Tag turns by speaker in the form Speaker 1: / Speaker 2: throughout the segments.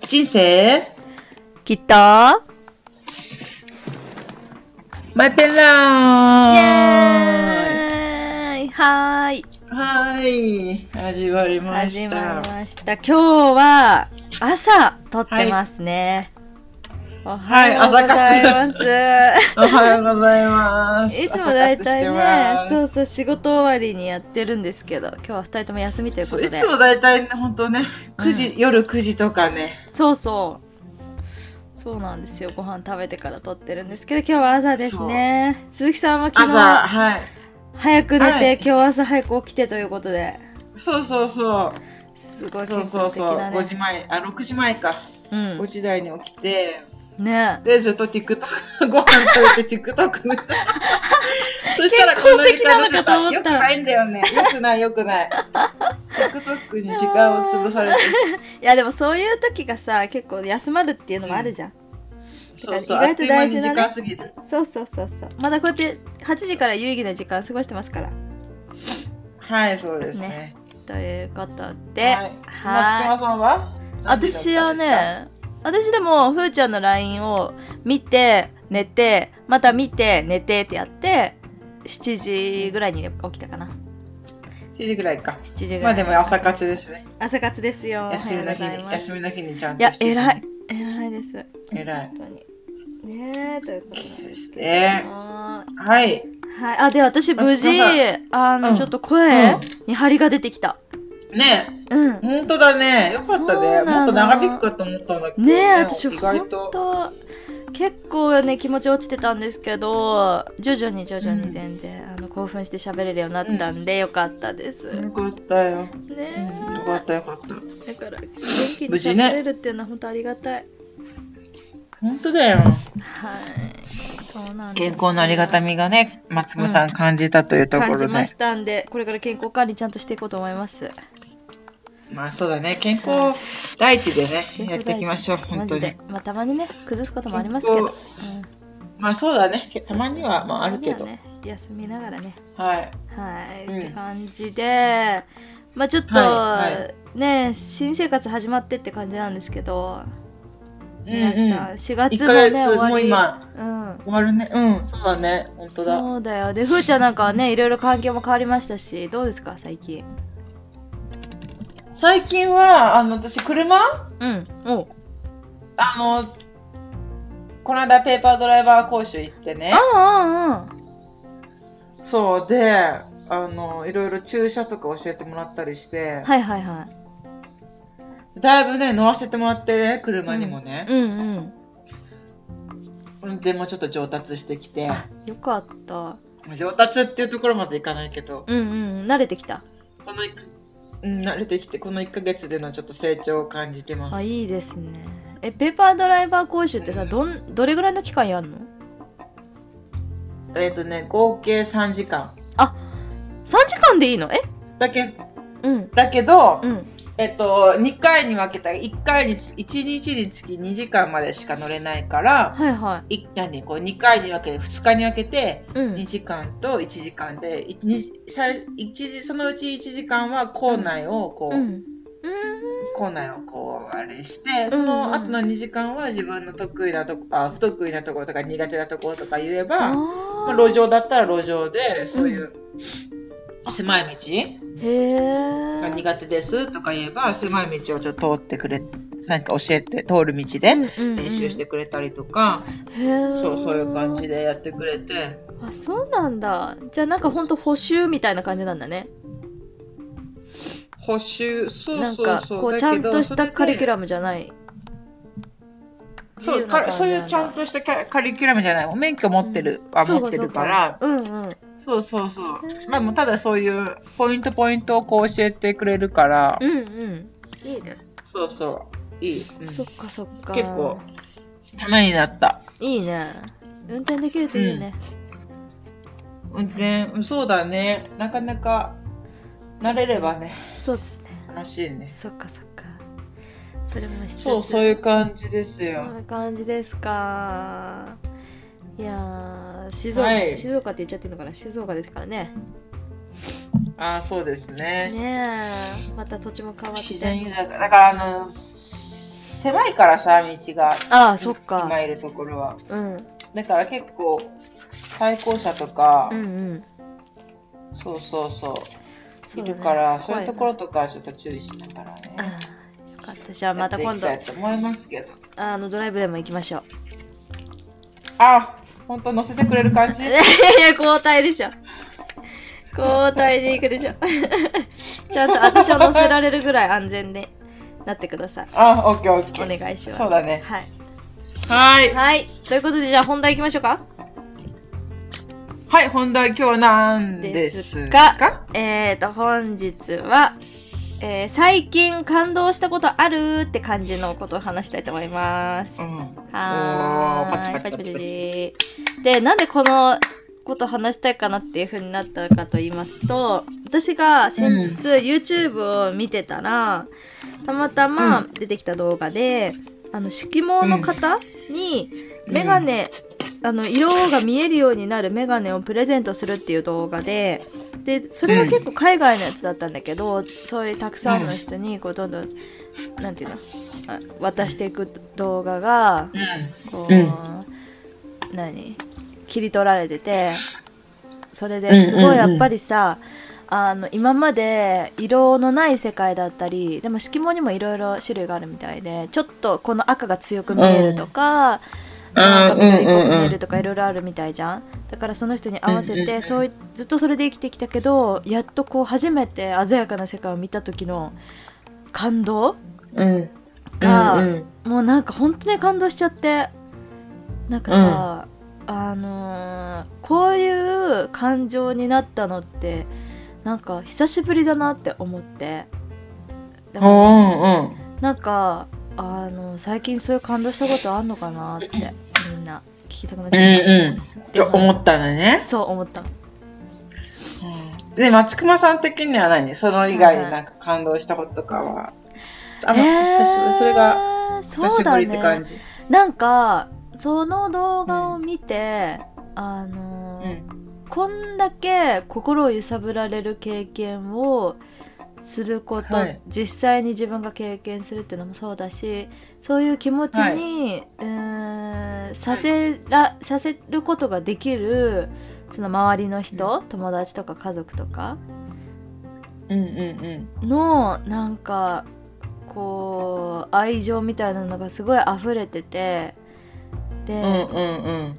Speaker 1: 人生
Speaker 2: きっとマ
Speaker 1: マテラー
Speaker 2: イエーイはーい
Speaker 1: はーい始まりま
Speaker 2: 始
Speaker 1: した
Speaker 2: まりました今日は朝撮ってますね、おはようございます、
Speaker 1: おはようございます
Speaker 2: いつもだいたいね
Speaker 1: そう
Speaker 2: そうそう仕事終わりにやってるんですけど今日は二人とも休みというこ
Speaker 1: そう
Speaker 2: と
Speaker 1: い
Speaker 2: で
Speaker 1: つもだいたいね本当ね9時、夜9時とかね
Speaker 2: そうそうそうなんですよご飯食べてから撮ってるんですけど今日は朝ですね鈴木さんは昨
Speaker 1: 朝
Speaker 2: 日
Speaker 1: はい
Speaker 2: 早く寝て、
Speaker 1: はい
Speaker 2: 今日朝早く起きてということで
Speaker 1: そうそうそう
Speaker 2: すごい
Speaker 1: そ
Speaker 2: 健
Speaker 1: うそう
Speaker 2: 康的
Speaker 1: そう
Speaker 2: なね
Speaker 1: 5時前あ6時前か5時台に起きて
Speaker 2: うんね
Speaker 1: でずっと TikTok ご飯食べて TikTok ね そしたら
Speaker 2: 健
Speaker 1: この
Speaker 2: 康
Speaker 1: 時
Speaker 2: 的な
Speaker 1: 間
Speaker 2: の
Speaker 1: だ
Speaker 2: か
Speaker 1: っ
Speaker 2: と
Speaker 1: た
Speaker 2: 思
Speaker 1: よ
Speaker 2: っ
Speaker 1: く
Speaker 2: た
Speaker 1: ないんだよねよくないよくない TikTok に時間を潰されて
Speaker 2: いやでもそういう時がさ結構休まるっていうのもあるじゃん、
Speaker 1: そうそう
Speaker 2: 意外と大事だね
Speaker 1: あっという間に時間過ぎる
Speaker 2: そうそうそうそうまだこうやって8時から有意義な時間過ごしてますから
Speaker 1: はいそうですね
Speaker 2: ねということで
Speaker 1: はい夏
Speaker 2: は
Speaker 1: 熊さんは何時だったんです
Speaker 2: 私
Speaker 1: か
Speaker 2: はね私でもふーちゃんの LINE を見て寝てまた見て寝てってやって7時ぐらいに起きたかな
Speaker 1: 7時ぐらいか
Speaker 2: 7時ぐ
Speaker 1: ま
Speaker 2: らい、
Speaker 1: あでも朝活ですね
Speaker 2: 朝活ですよ
Speaker 1: 休みの日
Speaker 2: おはよう
Speaker 1: に
Speaker 2: ございます
Speaker 1: 休みの日にちゃん
Speaker 2: い
Speaker 1: と
Speaker 2: や
Speaker 1: して
Speaker 2: 偉い偉いです
Speaker 1: 偉い
Speaker 2: 本当にねえということなんですけど
Speaker 1: ね
Speaker 2: も
Speaker 1: はい
Speaker 2: はい、あで私無事
Speaker 1: あ
Speaker 2: あの、
Speaker 1: うん
Speaker 2: ちょっと声
Speaker 1: うん
Speaker 2: に張りが出てきた。
Speaker 1: ね
Speaker 2: うん。
Speaker 1: え本当だねよかった
Speaker 2: そうな
Speaker 1: ね
Speaker 2: の
Speaker 1: もっと長引くかと思ったんだけど
Speaker 2: ねえ私
Speaker 1: 意外
Speaker 2: 本
Speaker 1: と
Speaker 2: 当結構ね気持ち落ちてたんですけど徐々に徐々
Speaker 1: う
Speaker 2: に
Speaker 1: ん
Speaker 2: 全然、あの興奮して喋れるようになったんで、よかったです。ね
Speaker 1: よかったよ。うんよ
Speaker 2: え
Speaker 1: かったよかった。
Speaker 2: だから元気に
Speaker 1: 無事
Speaker 2: 喋
Speaker 1: ね
Speaker 2: れるっていうのは本当ありがたい。
Speaker 1: 本当だよ。
Speaker 2: はい。そうなんです
Speaker 1: 健康のありがたみがね、松本さん感じたというとこ
Speaker 2: 感
Speaker 1: ろで。
Speaker 2: じましたんでこれから健康管理ちゃんとしていこうと思います。
Speaker 1: まあそうだね、健康第一でね、やっていきましょう、
Speaker 2: マ
Speaker 1: 本当
Speaker 2: ジ
Speaker 1: に
Speaker 2: で。。まあたまにね崩すこともありますけど。
Speaker 1: 健
Speaker 2: うん
Speaker 1: まあそうだね、けたまには、まああるけ
Speaker 2: た
Speaker 1: ど。
Speaker 2: まにはね、休みながらね
Speaker 1: はい。
Speaker 2: はい、
Speaker 1: うん
Speaker 2: って感じでまあちょっと、
Speaker 1: はいは
Speaker 2: ね新生活始まってって感じなんですけど、
Speaker 1: うん
Speaker 2: 皆
Speaker 1: うん。
Speaker 2: さん4月
Speaker 1: 1
Speaker 2: も
Speaker 1: ヶ
Speaker 2: ね終
Speaker 1: 月、
Speaker 2: わ
Speaker 1: もう
Speaker 2: り
Speaker 1: 今、
Speaker 2: うん
Speaker 1: 終わるね。うん、そうだね、本当だ。
Speaker 2: そうだよでふーちゃんなんかはねいろいろ環境も変わりましたしどうですか最近
Speaker 1: 最近は、あの、私、車あ
Speaker 2: うんお
Speaker 1: の、この間ペーパードライバー講習行ってね
Speaker 2: あ。ああ
Speaker 1: そうで、あの、いろいろ駐車とか教えてもらったりして
Speaker 2: あ、はいはいはい
Speaker 1: だいぶね、乗らせてもらってね、車にもね。
Speaker 2: うんうん
Speaker 1: 運転もちょっと上達してきて。
Speaker 2: よかった
Speaker 1: 上達っていうところまでいかないけど、
Speaker 2: うんうん慣れてきた
Speaker 1: この1、うん、慣れてきて、この1ヶ月でのちょっと成長を感じてます。
Speaker 2: あいいですねえペーパードライバー講習ってさどんどれぐらいの期間やるの
Speaker 1: えっ、とね、合計3時間。
Speaker 2: 3時間でいいのえ
Speaker 1: だけ、
Speaker 2: うん
Speaker 1: だけど、
Speaker 2: うん
Speaker 1: えっ、と、2回に分けたら、1回につ、1日につき2時間までしか乗れないから、
Speaker 2: はいはい
Speaker 1: 何こう2回に分けて、2日に分けて、
Speaker 2: いうん
Speaker 1: 2時間と1時間で、いに最一時そのうち1時間は校内をこう、
Speaker 2: うん
Speaker 1: 校内をこうあれしてその後の2時間は自分の得意なとこあ不得意なところとか苦手なところとか言えば、まあ
Speaker 2: あ
Speaker 1: 路上だったら路上でそういう狭い道
Speaker 2: ーへ
Speaker 1: が
Speaker 2: え
Speaker 1: 苦手ですとか言えば狭い道をちょっと通ってくれなんか教えて通る道で練習してくれたりとか、
Speaker 2: へえ
Speaker 1: そうそういう感じでやってくれて
Speaker 2: あそうなんだじゃあなんかほんと補習みたいな感じなんだね
Speaker 1: 補習そう
Speaker 2: なん
Speaker 1: そう
Speaker 2: か
Speaker 1: そう
Speaker 2: こうちゃんとしたカリキ
Speaker 1: ラム
Speaker 2: ュラムじゃない
Speaker 1: そうかそういうちゃんとしたカリカリキュラムじゃないもう免許持ってる、は持ってるから。
Speaker 2: うんうん
Speaker 1: そうそうそう。まあ、もうただそういうポイントポイントをこう教えてくれるから、
Speaker 2: うんうんいいね
Speaker 1: そうそう、いい。うん
Speaker 2: そっかそっか
Speaker 1: 結構、ためになった。
Speaker 2: いいね運転できるといいね
Speaker 1: 運転、うんそうだね。なかなか、慣れればね、
Speaker 2: そうですね
Speaker 1: 楽しいね。
Speaker 2: そっかそっかそれもしつつ
Speaker 1: そう、そういう感じです
Speaker 2: そん
Speaker 1: よ。
Speaker 2: な感じですか。いやー静岡、
Speaker 1: はい
Speaker 2: 静岡って言っちゃってるのかな静岡ですからね。
Speaker 1: ああ、そうですね。
Speaker 2: ねえまた土地も変わって。
Speaker 1: 自然豊か。だから、あの、狭いからさ、道が。
Speaker 2: ああそっか
Speaker 1: 今いるところは。
Speaker 2: うん
Speaker 1: だから結構、対向車とか、
Speaker 2: うんうん
Speaker 1: そうそうそう。
Speaker 2: そ
Speaker 1: いう
Speaker 2: だ
Speaker 1: る
Speaker 2: ね
Speaker 1: から、そう,、
Speaker 2: 怖
Speaker 1: いう
Speaker 2: な
Speaker 1: ところとかはちょっと注意しながらね。
Speaker 2: ああよかったじゃあまた今度
Speaker 1: やっていきたいと思いますけど。
Speaker 2: あのドライブでも行きましょう
Speaker 1: あ、本当乗せてくれる感じ
Speaker 2: いやいや交代でしょ交代で行くでしょちゃんと私を乗せられるぐらい安全になってください
Speaker 1: あ、オッケーオッケ
Speaker 2: お
Speaker 1: ー。
Speaker 2: 願いします
Speaker 1: そうだね。
Speaker 2: はい、
Speaker 1: はい。
Speaker 2: はい、ということでじゃあ本題行きましょうか
Speaker 1: はい、本題今日は何
Speaker 2: で
Speaker 1: ですす
Speaker 2: が
Speaker 1: か
Speaker 2: えーと本日は、えー最近感動したことあるって感じのことを話したいと思います
Speaker 1: うん。
Speaker 2: は
Speaker 1: おーパチ
Speaker 2: ーい
Speaker 1: パチパチ
Speaker 2: パチパ
Speaker 1: パ
Speaker 2: チ
Speaker 1: チ
Speaker 2: でなんでこのことを話したいかなっていう風になったかと言いますと私が先日 YouTube を見てたら、たまたま出てきた動画で、あの色盲の方に
Speaker 1: うん
Speaker 2: メガネ、あの色が見えるようになるメガネをプレゼントするっていう動画で。でそれは結構海外のやつだったんだけど、そういうたくさんの人にこうどんどんなんていうのあ渡していく動画がこう、
Speaker 1: うん
Speaker 2: 何切り取られててそれ
Speaker 1: うんうん
Speaker 2: で
Speaker 1: うん
Speaker 2: すごいやっぱりさ、あの今まで色のない世界だったりでも色盲にもいろいろ種類があるみたいでちょっとこの赤が強く見えるとか、なんか緑っぽく見えるとかいろいろあるみたいじゃんだからその人に合わせ
Speaker 1: うんうんう
Speaker 2: て
Speaker 1: ん
Speaker 2: そういずっとそれで生きてきたけどやっとこう初めて鮮やかな世界を見た時の感動
Speaker 1: うん。うん。
Speaker 2: が
Speaker 1: うんうん
Speaker 2: もうなんか本当に感動しちゃってなんかさ、あのーこういう感情になったのってなんか久しぶりだなって思ってだから
Speaker 1: うんうん。
Speaker 2: なんかあの最近そういう感動したことあんのかなってみんな聞きたくなっち
Speaker 1: うん
Speaker 2: ゃった、
Speaker 1: うん。って思ったのね。
Speaker 2: そう思った
Speaker 1: で、松隈さん的には何その以外になんか感動したこととかは。あ、ま
Speaker 2: えー
Speaker 1: 久しぶり。それが
Speaker 2: そ
Speaker 1: 久
Speaker 2: う
Speaker 1: し
Speaker 2: だ
Speaker 1: ぶりって
Speaker 2: ね
Speaker 1: 感じ。う
Speaker 2: なんかその動画を見て、あのー
Speaker 1: ん。
Speaker 2: こんだけ心を揺さぶられる経験をすること、
Speaker 1: はい
Speaker 2: 実際に自分が経験するっていうのもそうだしそういう気持ちに、うーんさせらさせることができるその周りの人、友達とか家族とか
Speaker 1: うんうんうん。
Speaker 2: のなんかこう愛情みたいなのがすごい溢れててで、
Speaker 1: うんうん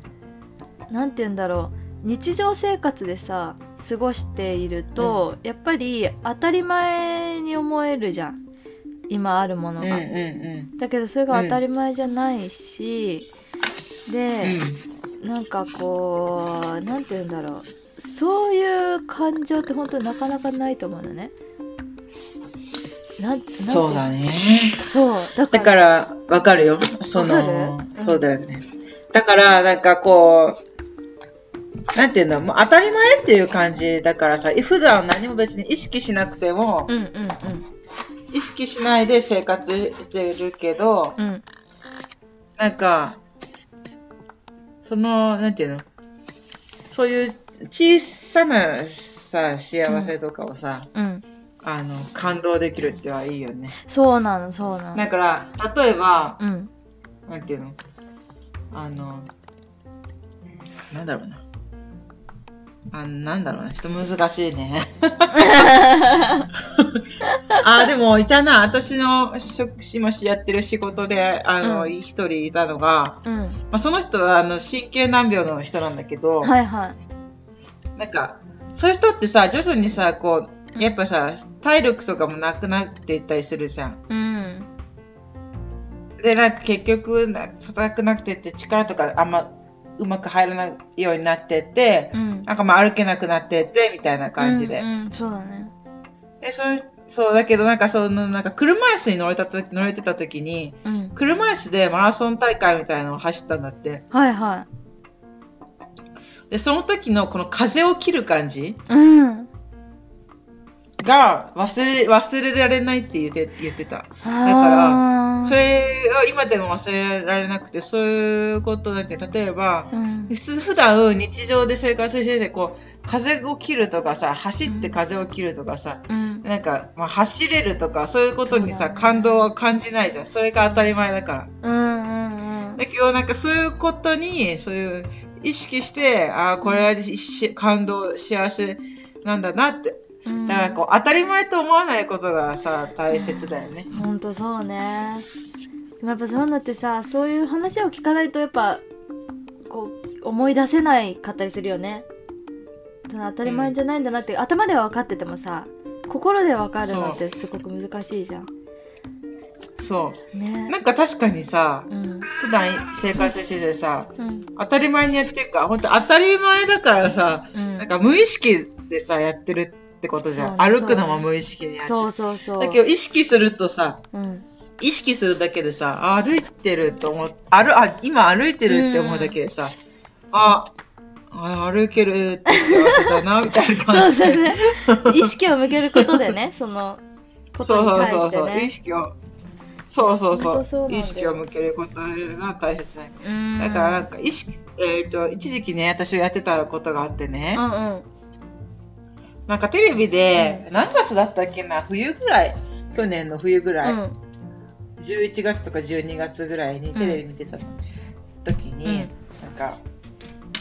Speaker 1: うん。
Speaker 2: なんて言うんだろう日常生活でさ過ごしていると、やっぱり当たり前に思えるじゃん今あるもの
Speaker 1: うんうん
Speaker 2: が、
Speaker 1: うん。
Speaker 2: だけどそれが当たり前じゃないし、で、なんかこうなんて言うんだろうそういう感情って本当なかなかないと思うのねなんなんて言
Speaker 1: そうだね。
Speaker 2: そうだか
Speaker 1: だ
Speaker 2: ら
Speaker 1: から、わかるよ。その
Speaker 2: わかる、うん
Speaker 1: そうだよね。だから、なんかこう、なんていうの、もう当たり前っていう感じだからさ、普段何も別に意識しなくても、
Speaker 2: うんうんうん
Speaker 1: 意識しないで生活してるけど、
Speaker 2: うん
Speaker 1: なんか、その、なんていうの、そういう小さなさ、幸せとかをさ、
Speaker 2: うん
Speaker 1: あの、感動できるってはいいよね。
Speaker 2: そうなのそうなの
Speaker 1: だから、例えば、
Speaker 2: うん
Speaker 1: なんていうのあの、なんだろうな。あなんだろうな。ちょっと難しい ね。あ、でも、いたな。私の職、今やってる仕事で、あ
Speaker 2: う
Speaker 1: の、
Speaker 2: ん
Speaker 1: 一、人いたのが、
Speaker 2: うん
Speaker 1: まあ、その人は、あの、神経難病の人なんだけど、
Speaker 2: はいはい
Speaker 1: なんか、そういう人ってさ、徐々にさ、こう、やっぱさ、体力とかもなくなっていったりするじゃん。
Speaker 2: うん
Speaker 1: で、なんか結局、な硬くなくてって力とかあんまうまく入らないようになってって、
Speaker 2: うん
Speaker 1: なんかまあ歩けなくなってって、みたいな感じで。
Speaker 2: うんうんそうだね
Speaker 1: でそうそう、だけどなんかその、なんか車椅子に乗れたとき、乗れてた時に、
Speaker 2: うん
Speaker 1: 車椅子でマラソン大会みたいなのを走ったんだって。
Speaker 2: はいは
Speaker 1: で、その時のこの風を切る感じ
Speaker 2: いうん
Speaker 1: が忘れ、忘れられないって言って、言ってた。か
Speaker 2: だ
Speaker 1: らそれは今でも忘れられなくて、そういうことだけど、例えば、
Speaker 2: うん
Speaker 1: す普段日常で生活しててこう風を切るとかさ走って風を切るとかさ
Speaker 2: うん
Speaker 1: なんか、まあ、走れるとか、そういうことに
Speaker 2: そう
Speaker 1: さ、
Speaker 2: だね
Speaker 1: 感動は感じないじゃん。それが当たり前だから。
Speaker 2: うんうんうん
Speaker 1: だけど、なんかそういうことに、そういう、意識して、ああ、これはし感動、幸せなんだなって。
Speaker 2: うん
Speaker 1: だから、こう、当たり前と思わないことがさ、大切だよね。
Speaker 2: ほんとそうねでもやっぱそういうのってさそういう話を聞かないとやっぱこう思い出せないかったりするよねその当たり前じゃないんだなって、頭では分かっててもさ心で分かるのってすごく難しいじゃん
Speaker 1: そ
Speaker 2: ね
Speaker 1: う。なんか確かにさ、
Speaker 2: うん
Speaker 1: 普段生活しててさ、
Speaker 2: うん
Speaker 1: 当たり前にやってるから、本当当たり前だからさ、
Speaker 2: うん
Speaker 1: なんか無意識でさ、やってるってことじゃん。
Speaker 2: そうね
Speaker 1: 歩くのも無意識でやってる。
Speaker 2: そうそうそう
Speaker 1: だけど、意識するとさ、
Speaker 2: うん
Speaker 1: 意識するだけでさ、あ歩いてると思う、歩、あ、今歩いてるって思うだけでさ、あ、あ歩けるって幸せだな、みたいな
Speaker 2: そ
Speaker 1: 感
Speaker 2: う
Speaker 1: じで。
Speaker 2: だね意識を向けることで ねそのこ
Speaker 1: そ
Speaker 2: と
Speaker 1: う
Speaker 2: に
Speaker 1: そうそう
Speaker 2: 対して
Speaker 1: そう、
Speaker 2: ね
Speaker 1: 意識を、そうそう
Speaker 2: 本
Speaker 1: そ
Speaker 2: 当そうな
Speaker 1: う、
Speaker 2: んだよ
Speaker 1: 意識を向けることが大切だね。
Speaker 2: うん
Speaker 1: だからなんか意識、えっ、と、一時期ね、私やってたことがあってね、
Speaker 2: うんうん
Speaker 1: なんかテレビで、何月だったっけな、冬ぐらい、去年の冬ぐらい、
Speaker 2: うん
Speaker 1: 11月とか12月ぐらいにテレビ見てた時に、
Speaker 2: うん
Speaker 1: なんか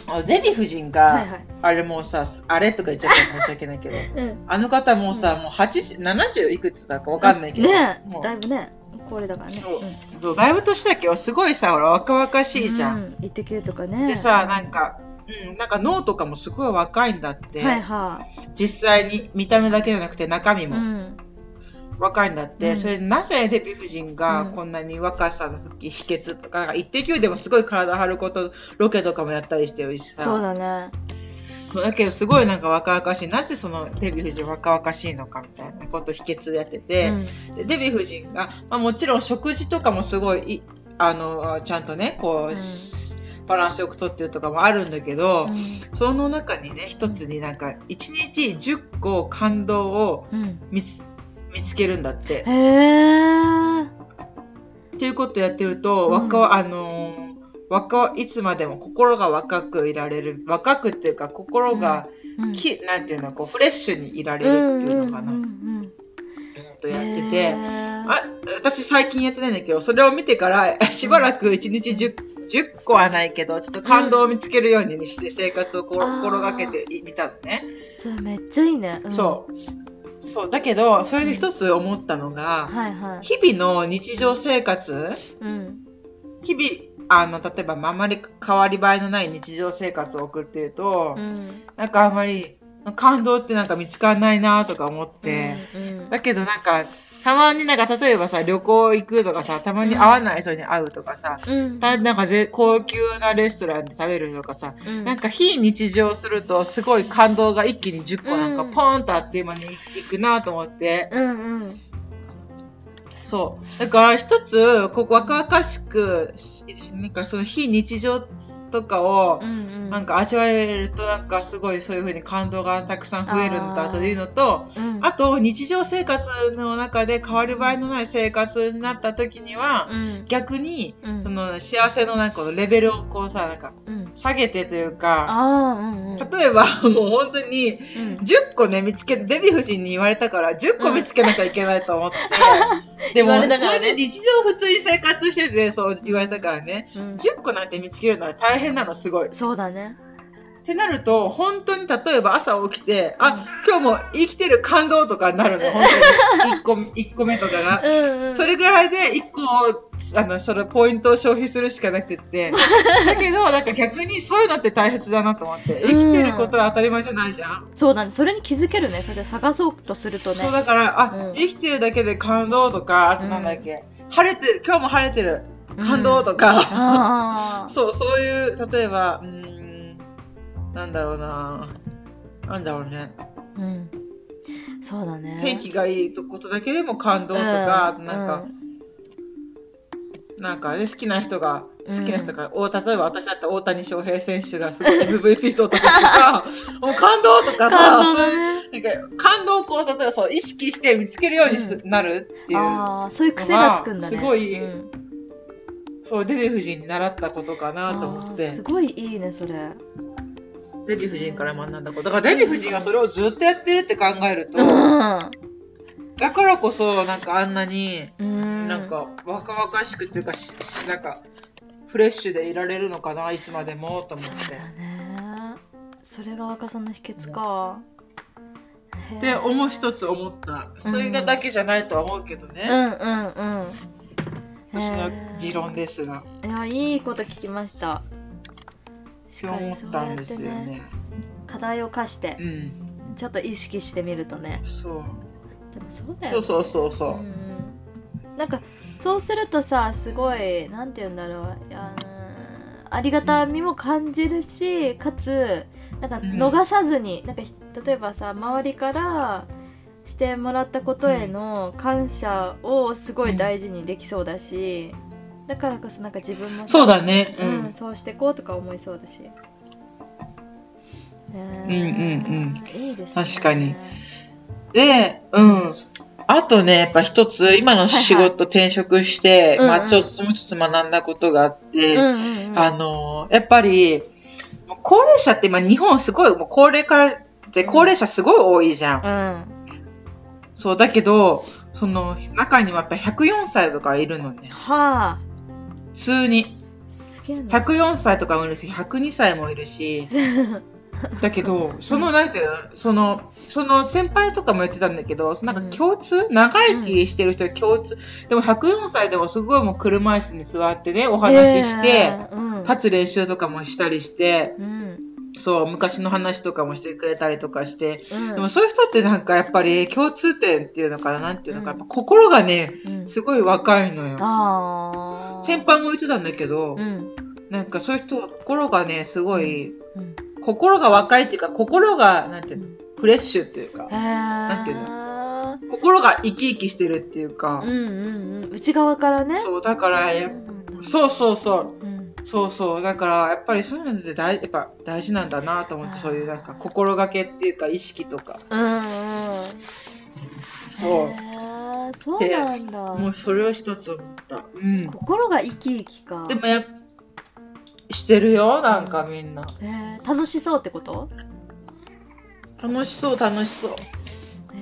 Speaker 1: あゼヴィ夫人が、
Speaker 2: はいはい
Speaker 1: あれもうさあれとか言っちゃったら申し訳ないけど
Speaker 2: うん
Speaker 1: あの方もうさ、もう80 70いくつだかわかんないけど、
Speaker 2: ね
Speaker 1: もう
Speaker 2: だいぶねこれだからね
Speaker 1: そうそうだいぶ年だけどすごいさほら若々しいじゃん。
Speaker 2: うん、イッテ Q とかね
Speaker 1: でさなんか、うん、なんか脳とかもすごい若いんだって、
Speaker 2: はいは
Speaker 1: 実際に見た目だけじゃなくて中身
Speaker 2: い、
Speaker 1: も。
Speaker 2: うん、
Speaker 1: 若いんだって、
Speaker 2: うん
Speaker 1: それでなぜデヴィ夫人
Speaker 2: う
Speaker 1: が
Speaker 2: ん
Speaker 1: こんなに若さの復帰秘訣とか、一定級でもすごい体張ることロケとかもやったりしてるしさ
Speaker 2: そうだね
Speaker 1: そうだけどすごいなんか若々しいなぜそのデヴィ夫人若々しいのかみたいなこと秘訣でやってて、
Speaker 2: うん
Speaker 1: でデヴィ夫人が、まあ、もちろん食事とかもすごいいあのちゃんとねこう、
Speaker 2: うん
Speaker 1: しバランスよくとってるとかもあるんだけど、その中にね一つになんか1日10個感動を
Speaker 2: うんうん
Speaker 1: 見つ見つけるんだって。
Speaker 2: へえ
Speaker 1: っていうことやってると、
Speaker 2: うん
Speaker 1: 若は、あのー若いつまでも心が若くいられる若くっていうか心が
Speaker 2: き
Speaker 1: き、なんていうのこうフレッシュにいられるっていうのかな、とやってて、あ私最近やってないんだけどそれを見てからしばらく1日 10, 10個はないけどちょっと感動を見つけるようにして生活をこ
Speaker 2: あー
Speaker 1: 心がけてみたのね、
Speaker 2: それめっちゃいいね、うん、
Speaker 1: そうそうだけどそれで一つ思ったのが、
Speaker 2: はいはい
Speaker 1: 日々の日常生活
Speaker 2: うん
Speaker 1: 日々あの例えばあんまり変わり映えのない日常生活を送ってると、
Speaker 2: うん
Speaker 1: なんかあんまり感動ってなんか見つかんないなとか思って、
Speaker 2: うん
Speaker 1: だけどなんかたまになんか例えばさ旅行行くとかさたまに会わない人に会うとかさ、
Speaker 2: うん
Speaker 1: たなんかぜ高級なレストランで食べるとかさ、
Speaker 2: うん
Speaker 1: なんか非日常するとすごい感動が一気に10個なんか
Speaker 2: うん
Speaker 1: ポーンとあっという間にいくなと思って。
Speaker 2: うんうん
Speaker 1: そう。だから一つ、こう若々しく、しなんかその非日常とかを
Speaker 2: う、んうん
Speaker 1: なんか味わえると、なんかすごいそういう風に感動がたくさん増えるんだ
Speaker 2: あー
Speaker 1: というのと、
Speaker 2: うん
Speaker 1: あと日常生活の中で変わり映えのない生活になった時には、
Speaker 2: うん
Speaker 1: 逆に、
Speaker 2: うん
Speaker 1: その幸せのなんかレベルをこうさ、なんか
Speaker 2: うん
Speaker 1: 下げてというか、
Speaker 2: ああうんうん
Speaker 1: 例えば もう本当に、
Speaker 2: うん
Speaker 1: 10個ね、見つけ、デヴィ夫人に言われたから、10個見つけなきゃいけないと思って。で
Speaker 2: 言わ
Speaker 1: も、
Speaker 2: れたからね
Speaker 1: これで日常普通に生活してて、そう言われたからね。
Speaker 2: うん
Speaker 1: 10個なんて見つけるのは大変なの、すごい。っ
Speaker 2: そうだね
Speaker 1: てなると、本当に例えば朝起きて、あ、今日も生きてる感動とかにな るの、本当に。1個、一個目とかが。
Speaker 2: うんうん
Speaker 1: それぐらいで1個をあのそのポイントを消費するしかなく ってだけどなんか逆にそういうのって大切だなと思って生きてることは当たり前じゃないじゃん、
Speaker 2: そうだねそれに気づけるねそれで探そうとするとね
Speaker 1: そうだから、あ、
Speaker 2: うん
Speaker 1: 生きてるだけで感動とか、あとなんだっけ、晴れてる、今日も晴れてる、感動とか、
Speaker 2: ああ
Speaker 1: そう、そういう、例えば、うーん、なんだろうな、なんだろうね、
Speaker 2: うんそうだね
Speaker 1: 天気がいいことだけでも感動とか、あとなんか、なんかね、好きな人が、好きな人が、お例えば私だったら大谷翔平選手がすごい MVP 取った時と か、もう感動とかさ、
Speaker 2: 感
Speaker 1: そ
Speaker 2: 動
Speaker 1: ういう
Speaker 2: だね
Speaker 1: なんか感動をこう、例えばそう、意識して見つけるようにす、なるっていう。
Speaker 2: ああそういう癖がつくんだね
Speaker 1: すごい
Speaker 2: うん
Speaker 1: そう、デヴィ夫人に習ったことかなと思っ
Speaker 2: あー
Speaker 1: て
Speaker 2: す、ごいいいねそれ
Speaker 1: デヴィ夫人から学んだこと。だからデヴィ夫人がそれをずっとやってるって考えると、
Speaker 2: うん
Speaker 1: だからこそ、なんかあんなに、
Speaker 2: うん
Speaker 1: なんか若々しくっていうか、ししなんか、フレッシュでいられるのかな、いつまでも、と思っ
Speaker 2: そう
Speaker 1: て
Speaker 2: だ。ねそれが若さの秘訣か、へえ
Speaker 1: って思う一つ思った。それがだけじゃないとは思うけど
Speaker 2: う
Speaker 1: ね。
Speaker 2: んうんうん
Speaker 1: 私の
Speaker 2: へえ
Speaker 1: 持論ですが、
Speaker 2: いやいいこと聞きましたし
Speaker 1: そう
Speaker 2: か
Speaker 1: 思
Speaker 2: に
Speaker 1: っ
Speaker 2: そう
Speaker 1: た
Speaker 2: や
Speaker 1: んで
Speaker 2: って
Speaker 1: すよ
Speaker 2: ね
Speaker 1: ね。
Speaker 2: 課題を課して
Speaker 1: うん。
Speaker 2: ちょっと意識してみるとね
Speaker 1: そう。
Speaker 2: でもそうだよ
Speaker 1: そ
Speaker 2: ね
Speaker 1: うそうそうそうう。
Speaker 2: んうんなんかそうするとさすごいなんて言うんだろうあーありがたみも感じるしかつなんか
Speaker 1: ん
Speaker 2: 逃さずに、なんかひ例えばさ周りからしてもらったことへの感謝をすごい大事にできそうだし、だからこそなんか自分もさ
Speaker 1: そうだね。う
Speaker 2: うんん、。そうしてこうとか思いそうだし。うんうん
Speaker 1: うん
Speaker 2: いいですね。
Speaker 1: 確かにで、うん。あとね、やっぱ一つ、今の仕
Speaker 2: はいはい
Speaker 1: 事転職して、
Speaker 2: うんうん
Speaker 1: まあ、ちょっともうちょっと学んだことがあって、
Speaker 2: うんうんうん。
Speaker 1: あのーやっぱり、もう高齢者って今日本すごい、もう高齢から、で、高齢者すごい多いじゃん。
Speaker 2: うん。
Speaker 1: そう、だけど、その、中にはやっぱ104歳とかいるのね。
Speaker 2: はあ。
Speaker 1: 普通に。
Speaker 2: すげえな。
Speaker 1: 104歳とかもいるし、102歳もいるし、だけど、その、なんていうのその、その先輩とかも言ってたんだけど、なんか共通長生きしてる人は共通、でも104歳でもすごいもう車椅子に座ってね、お話しして、
Speaker 2: ええうん
Speaker 1: 立つ練習とかもしたりして、
Speaker 2: うん
Speaker 1: そう、昔の話とかもしてくれたりとかして、
Speaker 2: うん
Speaker 1: でもそういう人ってなんかやっぱり共通点っていうのかな、なんていうのか、やっぱ心がね、
Speaker 2: うん
Speaker 1: すごい若いのよ。
Speaker 2: ああ。
Speaker 1: 先輩も言ってたんだけど、
Speaker 2: うん
Speaker 1: なんかそういう人は心がね、すごい、
Speaker 2: うん。
Speaker 1: 心が若いっていうか、心が、なんていうの、フレッシュっていうか
Speaker 2: へえ。、なん
Speaker 1: ていう
Speaker 2: の
Speaker 1: 心が生き生きしてるっていうか
Speaker 2: う、んうんうん。内側からね。
Speaker 1: そう、だからや、
Speaker 2: なんだ
Speaker 1: そうそうそう、
Speaker 2: うん。
Speaker 1: そうそう、だから、やっぱりそういうのって大、やっぱ大事なんだなと思って、
Speaker 2: あー
Speaker 1: そういうなんか、心がけっていうか、意識とか、
Speaker 2: うんうん。へ
Speaker 1: そう、
Speaker 2: えそうなんだ。
Speaker 1: もうそれを一つ思った。うん。
Speaker 2: 心が生き生きか。
Speaker 1: でもやっしてるよ、なんかみんな。
Speaker 2: えー、楽しそうってこと、
Speaker 1: 楽しそう、楽しそう。
Speaker 2: え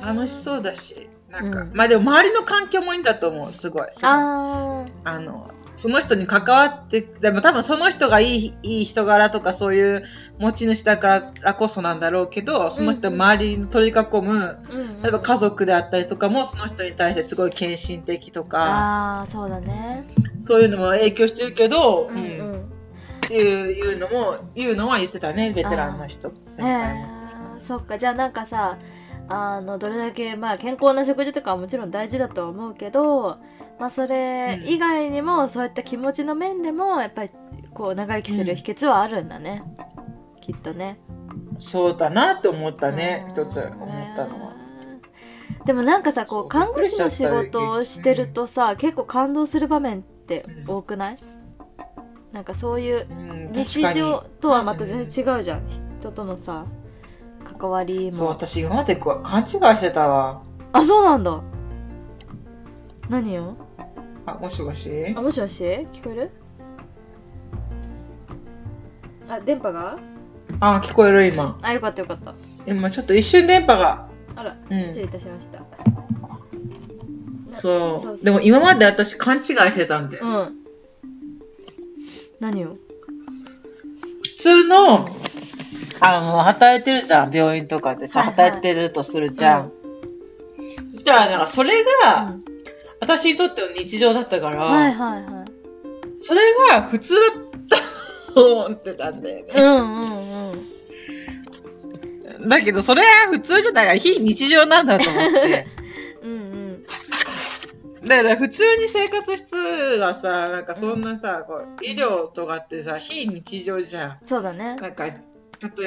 Speaker 2: ー、
Speaker 1: 楽しそうだし、なんか、
Speaker 2: うん
Speaker 1: まあでも周りの環境もいいんだと思う、すごい。その
Speaker 2: あー
Speaker 1: あの、その人に関わって、でも多分その人がいい、いい人柄とかそういう持ち主だからこそなんだろうけど、その人
Speaker 2: うんうん
Speaker 1: 周りに取り囲む、
Speaker 2: うん
Speaker 1: 例えば家族であったりとかも、その人に対してすごい献身的とか、
Speaker 2: ああそうだね
Speaker 1: そういうのも影響してるけど、うん、
Speaker 2: うんうん
Speaker 1: っていういうのも、言うのは言ってたね、ベテランの人、先輩も。
Speaker 2: えー、そっかじゃあなんかさあのどれだけ、まあ、健康な食事とかはもちろん大事だとは思うけど、まあ、それ以外にも、そういった気持ちの面でもやっぱりこう長生きする秘訣はあるんだね、きっとね。
Speaker 1: そうだなって思ったね
Speaker 2: う、ん
Speaker 1: 一つ思ったのは。。
Speaker 2: でもなんかさこ
Speaker 1: そう
Speaker 2: う看護師の仕事をしてるとさ結構感動する場面って多くないなんかそういう
Speaker 1: うん、
Speaker 2: 日
Speaker 1: 確かに
Speaker 2: 常とはまた全然違うじゃん人とのさ関わり
Speaker 1: そう、
Speaker 2: も
Speaker 1: 私今までこう勘違いしてたわ。
Speaker 2: あそうなんだ何よ
Speaker 1: あ、もしもし
Speaker 2: あもしもし聞こえるあ電波が
Speaker 1: あ、聞こえる今。
Speaker 2: あよかったよかった
Speaker 1: 今ちょっと一瞬電波が。
Speaker 2: あら、
Speaker 1: うん
Speaker 2: 失礼いたしましたな
Speaker 1: そう。
Speaker 2: そうそう
Speaker 1: でも今まで私勘違いしてたんで。
Speaker 2: うん何を
Speaker 1: 普通の、あの、働いてるじゃん、病院とかでさ、
Speaker 2: はいはい
Speaker 1: 働いてるとするじゃん。じゃあ、なんかそれが、
Speaker 2: うん
Speaker 1: 私にとっての日常だったから、
Speaker 2: はいはいはい
Speaker 1: それが普通だったと思ってたんだよね。
Speaker 2: うんうんうん
Speaker 1: だけど、それは普通じゃないから、非日常なんだと思って。
Speaker 2: うんうん
Speaker 1: だから普通に生活室がさ、なんかそんなさ、こう医療とかってさ、非日常じゃ
Speaker 2: そうだね
Speaker 1: ん。なんか、例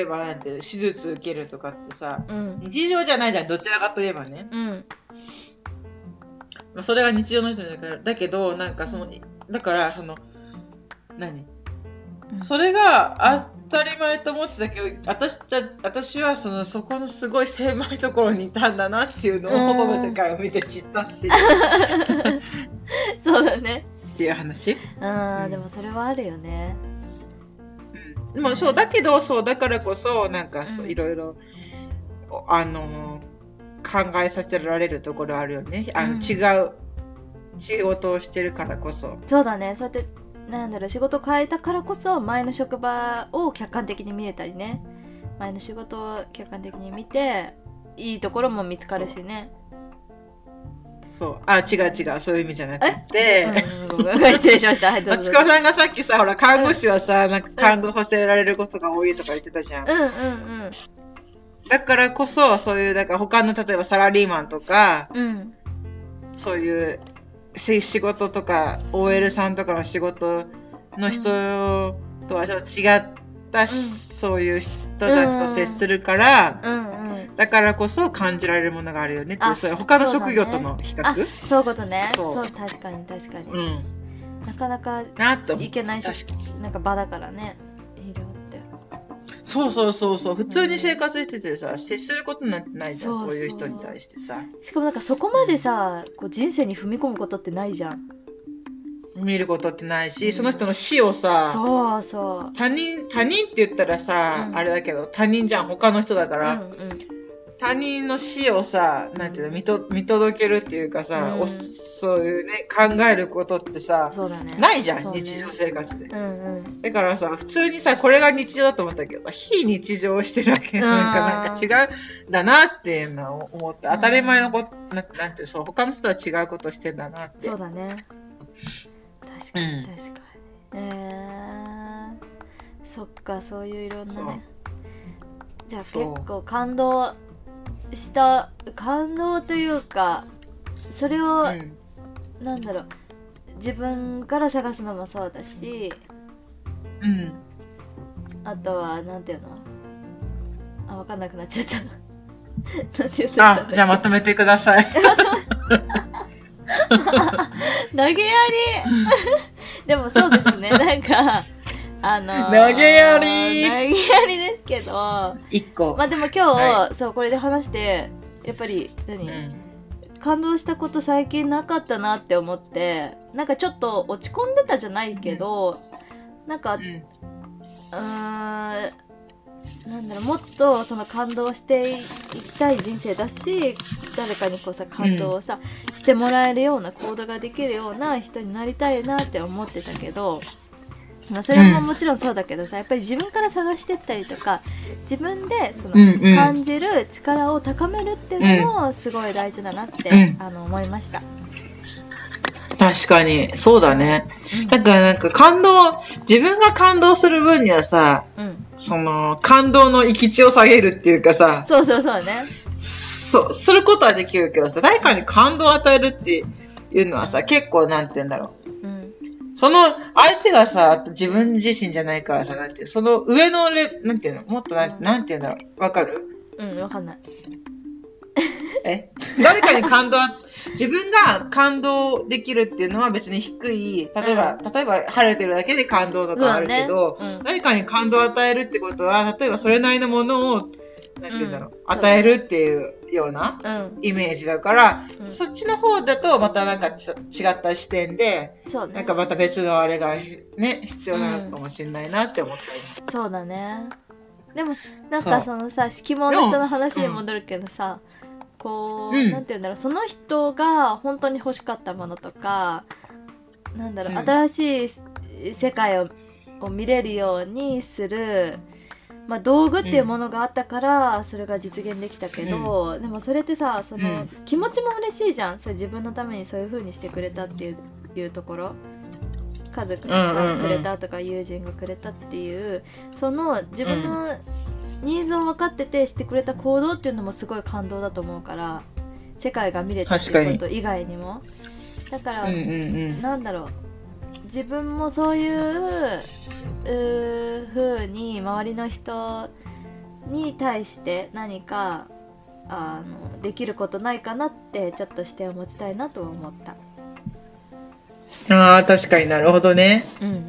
Speaker 1: えばなんていうの、手術受けるとかってさ、
Speaker 2: うん
Speaker 1: 日常じゃないじゃん、どちらかといえばね。
Speaker 2: うん
Speaker 1: まあ、それが日常の人だから、だけど、なんかその、だから、その、何
Speaker 2: うん
Speaker 1: それが当たり前と思ってたけど、私た私はその、そこのすごい狭いところにいたんだなっていうのを、
Speaker 2: うん
Speaker 1: 外の世界を見て知った っていう
Speaker 2: そうだね
Speaker 1: っていう話。
Speaker 2: あ
Speaker 1: う
Speaker 2: ー
Speaker 1: ん
Speaker 2: でもそれはあるよね
Speaker 1: でもそうだけどそうだからこそなんかそううんいろいろおあのー考えさせられるところあるよね。あの、
Speaker 2: うん
Speaker 1: 違う仕事をしてるからこそ。
Speaker 2: そうだねそうやってなんだろう仕事を変えたからこそ前の職場を客観的に見れたりね前の仕事を客観的に見ていいところも見つかるしね。
Speaker 1: そう。あ、違う違う。そういう意味じゃなくて。
Speaker 2: うん、ごめん失礼しました。はい、どうぞ
Speaker 1: 松
Speaker 2: どうぞ
Speaker 1: 子さんがさっきさ、ほら、看護師はさ、なんか感動させられることが多いとか言ってたじゃん。
Speaker 2: うんうん
Speaker 1: だからこそ、そういう、だから他の、例えばサラリーマンとか、
Speaker 2: うん。うん。
Speaker 1: そういう、し仕事とか、OL さんとかの仕事の人とはちょっと違った、そういう人たちと接するから、
Speaker 2: うんうん。
Speaker 1: だからこそ感じられるものがあるよねっていう、
Speaker 2: あ
Speaker 1: そういう他の
Speaker 2: そうだ
Speaker 1: 職
Speaker 2: ね
Speaker 1: 業との比
Speaker 2: あ、
Speaker 1: 較
Speaker 2: そういうことね。
Speaker 1: そう
Speaker 2: そ
Speaker 1: う
Speaker 2: 確かに確かに、
Speaker 1: うん。
Speaker 2: なかなか
Speaker 1: なと思
Speaker 2: 行
Speaker 1: う。
Speaker 2: けないし
Speaker 1: 確、かに。
Speaker 2: なんか場だからね。医療って。
Speaker 1: そうそうそうそう。普通に生活しててさ、接することなんてないじゃん、
Speaker 2: そうそう
Speaker 1: そういう人に対してさ。
Speaker 2: しかもなんかそこまでさ、こう人生に踏み込むことってないじゃん。
Speaker 1: 見ることってないし、
Speaker 2: うん
Speaker 1: その人の死をさ、
Speaker 2: そうそう。
Speaker 1: 他人、他人って言ったらさ、
Speaker 2: うん
Speaker 1: あれだけど、他人じゃん、他の人だか
Speaker 2: う
Speaker 1: ら、
Speaker 2: んうん。
Speaker 1: 他人の死をさ、なんていうの、見と、見届けるっていうかさ、
Speaker 2: うん
Speaker 1: おそういうね、考えることってさ、
Speaker 2: そうだね。
Speaker 1: ないじゃ
Speaker 2: そ
Speaker 1: ん、
Speaker 2: うね
Speaker 1: 日常生活で。
Speaker 2: うんうん。
Speaker 1: だからさ、普通にさ、これが日常だと思ったけどさ、非日常をしてるわけ。
Speaker 2: うん
Speaker 1: なんか、なんか違うんだなっていうのを思って、
Speaker 2: うん
Speaker 1: 当たり前のこと、なんてなんていう、そう、他の人とは違うことしてんだなって。
Speaker 2: そうだね。確か
Speaker 1: う
Speaker 2: に
Speaker 1: ん
Speaker 2: 確かに。えー、そっか、そういういろんなね。じゃあ結
Speaker 1: そう
Speaker 2: 構感動した、感動というか、それを、
Speaker 1: うん
Speaker 2: なんだろう、自分から探すのもそうだし、
Speaker 1: うん。
Speaker 2: あとは、なんていうのあ、わかんなくなっちゃった。 なんて言った
Speaker 1: あ、じゃあまとめてくだ さい。
Speaker 2: 投げやり でもそうです ね、なんか、あのー
Speaker 1: 投げやり
Speaker 2: 投げやりですけど、ま
Speaker 1: 一個。
Speaker 2: あでも今日、
Speaker 1: は
Speaker 2: そう、これで話して、やっぱり、
Speaker 1: う
Speaker 2: 何、
Speaker 1: ん、
Speaker 2: 感動したこと最近なかったなって思って、なんかちょっと落ち込んでたじゃないけど、なんか、う
Speaker 1: うん
Speaker 2: ーん、なんだろう、もっとその感動していきたい人生だし、誰かにこうさ、感動をさ、してもらえるような行動ができるような人になりたいなって思ってたけど、まあ、それももちろんそうだけどさ、やっぱり自分から探してったりとか、自分でその、
Speaker 1: うんうん
Speaker 2: 感じる力を高めるっていうのもすごい大事だなって、
Speaker 1: うん
Speaker 2: あの思いました。
Speaker 1: 確かに、そうだね。だからなんか感動、自分が感動する分にはさ、
Speaker 2: うん、
Speaker 1: その、感動の域値を下げるっていうかさ、
Speaker 2: そうそうそうね。
Speaker 1: そ、することはできるけどさ、誰かに感動を与えるっていうのはさ、結構なんて言うんだろ
Speaker 2: うん、
Speaker 1: う。その、相手がさ、自分自身じゃないからさ、なんていう、その上のレ、なんていうの、もっとなんなんて言うんだろう。わかる
Speaker 2: うん、わかんない。
Speaker 1: え誰かに感動は自分が感動できるっていうのは別に低い例えば、例えば晴れてるだけで感動とかあるけど、
Speaker 2: そうだねうん
Speaker 1: 誰かに感動を与えるってことは例えばそれなりのものをなんて言うんだろう、
Speaker 2: うん
Speaker 1: 与えるっていうような
Speaker 2: うん、
Speaker 1: イメージだから、
Speaker 2: うん
Speaker 1: そっちの方だとまたなんかちょ違った視点で
Speaker 2: そうね。
Speaker 1: なんかまた別のあれがね必要なのかもしれないなって思ったりす
Speaker 2: そうだね。でもなんか
Speaker 1: そ
Speaker 2: そのさ、色盲の人の話に戻るけどさ、こう、
Speaker 1: うん
Speaker 2: なんて言うんだろう、その人が本当に欲しかったものとか、なんだろう、
Speaker 1: うん
Speaker 2: 新しい世界をを見れるようにする。まあ、道具っていうものがあったからそれが実現できたけど、でもそれってさその、
Speaker 1: うん
Speaker 2: 気持ちも嬉しいじゃんそれ自分のためにそういう風にしてくれたっていういうところ家族が
Speaker 1: うんうんう
Speaker 2: さ
Speaker 1: ん
Speaker 2: くれたとか友人がくれたっていうその自分のニーズを分かっててしてくれた行動っていうのもすごい感動だと思うから世界が見れたっていうこと以外にもだから、
Speaker 1: うんうんうん
Speaker 2: なんだろう自分もそういううー風に周りの人に対して何かあのできることないかなってちょっと視点を持ちたいなとは思った。
Speaker 1: あー確かになるほどね
Speaker 2: うんうん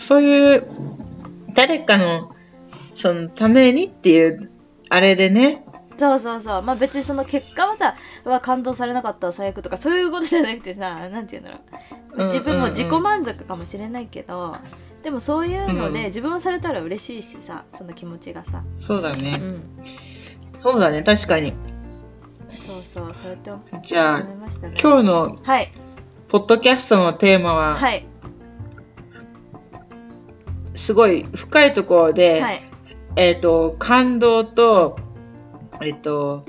Speaker 1: そういう、誰かの、その、ためにっていう、あれでね。
Speaker 2: そうそうそうまあ別にその結果はさうわ感動されなかった最悪とかそういうことじゃなくてさ なんて言うんだろう自分も自己満足かもしれないけど、でもそういうの
Speaker 1: うん
Speaker 2: で自分をされたら嬉しいしさその気持ちがさ
Speaker 1: そうだね
Speaker 2: う。ん
Speaker 1: そうだね、確かに。
Speaker 2: そうそうやって思
Speaker 1: じゃあ
Speaker 2: いましたね
Speaker 1: 今日の
Speaker 2: はい
Speaker 1: ポッドキャストのテーマは、
Speaker 2: はい
Speaker 1: すごい深いところで、
Speaker 2: はい
Speaker 1: えっ、と、感動と、えっ、と、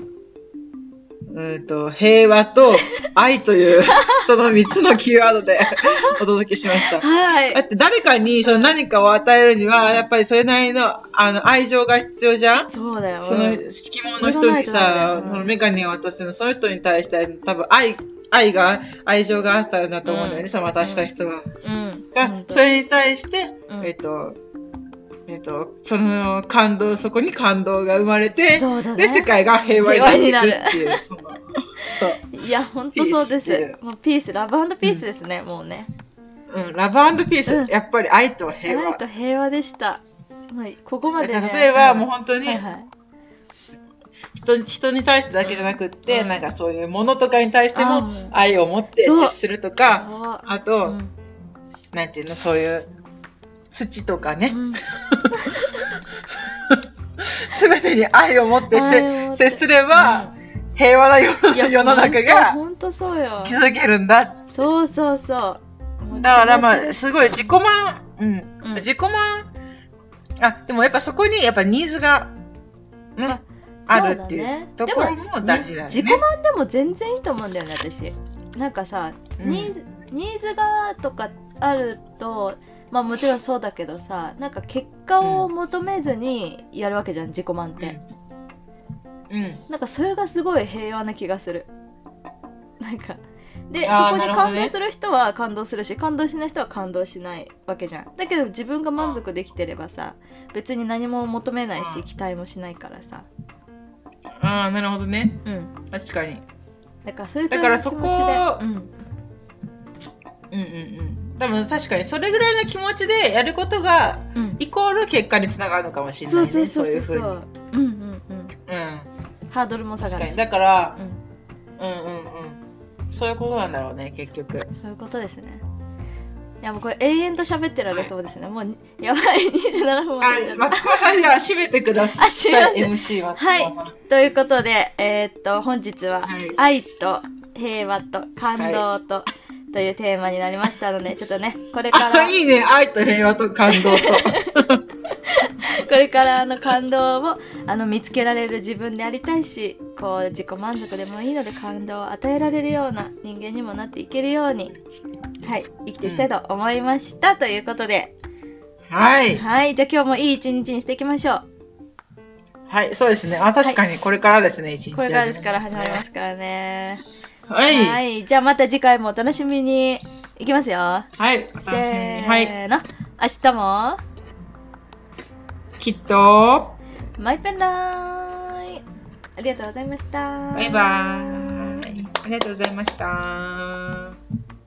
Speaker 1: うーんと、平和 と愛という、その3つのキーワードで お届けしました。
Speaker 2: はい
Speaker 1: だって誰かにその何かを与えるには、やっぱりそれなりのあの愛情が必要じゃん
Speaker 2: そうだよ
Speaker 1: その敷物の人にさ、そのメガネを渡すの、その人に対して多分愛、愛が、愛情があったんだと思うんだよね、
Speaker 2: うん
Speaker 1: その渡した人は。
Speaker 2: うん
Speaker 1: が
Speaker 2: 本、当
Speaker 1: それに対して、
Speaker 2: うん
Speaker 1: えっと、えっと、その感動、そこに感動が生まれて、
Speaker 2: そうだね
Speaker 1: で、世界が平和になっていくっていう、その、そう。
Speaker 2: いや本当そう
Speaker 1: ピ
Speaker 2: で
Speaker 1: ースしてる
Speaker 2: すもうピースラブピースですね、もうね
Speaker 1: うん、ラブピース、
Speaker 2: うん
Speaker 1: やっぱり愛と平
Speaker 2: ない
Speaker 1: 和。
Speaker 2: と平和でしたもうここま
Speaker 1: だ
Speaker 2: で
Speaker 1: から
Speaker 2: ね
Speaker 1: 例えば、
Speaker 2: ん
Speaker 1: もう本当に
Speaker 2: はいはい
Speaker 1: 人に人に対してだけじゃなくって、
Speaker 2: うん
Speaker 1: なんかそういうものとかに対して
Speaker 2: あ
Speaker 1: も
Speaker 2: ーうん
Speaker 1: 愛を持って
Speaker 2: そう
Speaker 1: 接するとか、あ
Speaker 2: そ
Speaker 1: と、
Speaker 2: ううん
Speaker 1: なんていうの、そういう土とかね、
Speaker 2: うん
Speaker 1: すべてに愛を持って
Speaker 2: 愛を持って
Speaker 1: せ接すれば、平和な世
Speaker 2: い や
Speaker 1: 世の中が
Speaker 2: 本当そうよ
Speaker 1: 築けるんだ。
Speaker 2: そうそうそう
Speaker 1: だからま
Speaker 2: もう気持ち
Speaker 1: あ、
Speaker 2: です
Speaker 1: ごい自己満、うん。
Speaker 2: うん
Speaker 1: 自己満、あ、でもやっぱそこにやっぱニーズが、ね、
Speaker 2: あ
Speaker 1: あるってい
Speaker 2: そうだね
Speaker 1: うところも大事だよね。
Speaker 2: 自己満でも全然いいと思うんだよね私なんかさ、
Speaker 1: うん
Speaker 2: ニーズニーズがとかあるとまあもちろんそうだけどさなんか結果を求めずにやるわけじゃん自己満って、
Speaker 1: うん。
Speaker 2: なんかそれがすごい平和な気がするなんかでそ
Speaker 1: あー
Speaker 2: こに
Speaker 1: なるほど
Speaker 2: 感
Speaker 1: ね
Speaker 2: 動する人は感動するし感動しない人は感動しないわけじゃんだけど自分が満足できてればさ別に何も求めないし期待もしないからさ
Speaker 1: ああ、なるほどね。
Speaker 2: うん
Speaker 1: 確かに。
Speaker 2: だからそういう
Speaker 1: だから
Speaker 2: 気
Speaker 1: そこ
Speaker 2: 持ちでうん
Speaker 1: うんうんうん。多分確かにそれぐらいの気持ちでやることが、
Speaker 2: うん
Speaker 1: イコール結果につながるのかもしれない
Speaker 2: そう
Speaker 1: ね。
Speaker 2: そうそう
Speaker 1: い
Speaker 2: そう
Speaker 1: ふ
Speaker 2: そう
Speaker 1: に。
Speaker 2: ううんうんうん
Speaker 1: うん。
Speaker 2: ハードルも下
Speaker 1: 確
Speaker 2: が
Speaker 1: か
Speaker 2: るし
Speaker 1: に。だから、
Speaker 2: うん
Speaker 1: うんうんうん。そういうことなんだろうね、結局。
Speaker 2: そういうことですねいやもうこれ永遠と喋ってられそうですねもうにやばい27分も 経っちゃ
Speaker 1: あ、
Speaker 2: った
Speaker 1: 松子さん、じゃあ締めてください。
Speaker 2: あ締めま
Speaker 1: MC 松子さ
Speaker 2: は
Speaker 1: ん。
Speaker 2: い。ということで、えーっと、本日は
Speaker 1: はい、
Speaker 2: 愛と平和と感動と、というテーマになりましたので、ちょっとね、これから、
Speaker 1: あ、いいね。愛と平和と感動と。
Speaker 2: これからあの感動を、あの、見つけられる自分でありたいし、こう、自己満足でもいいので感動を与えられるような人間にもなっていけるように、はい、生きていきたいと思いました。ということで、
Speaker 1: はい。
Speaker 2: はい、じゃあ今日もいい一日にしていきましょう。
Speaker 1: はい、そうですね。あ、確かにこれからですね、一日。
Speaker 2: これからですから始まりま。すからね。
Speaker 1: はい。
Speaker 2: は
Speaker 1: はい。
Speaker 2: い、じゃあまた次回もお楽しみに。いきますよ。せ
Speaker 1: はい。はい。
Speaker 2: ーの、明日も
Speaker 1: きっと、
Speaker 2: マイペンライありがとうございました
Speaker 1: バイバーイ。ありがとうございました。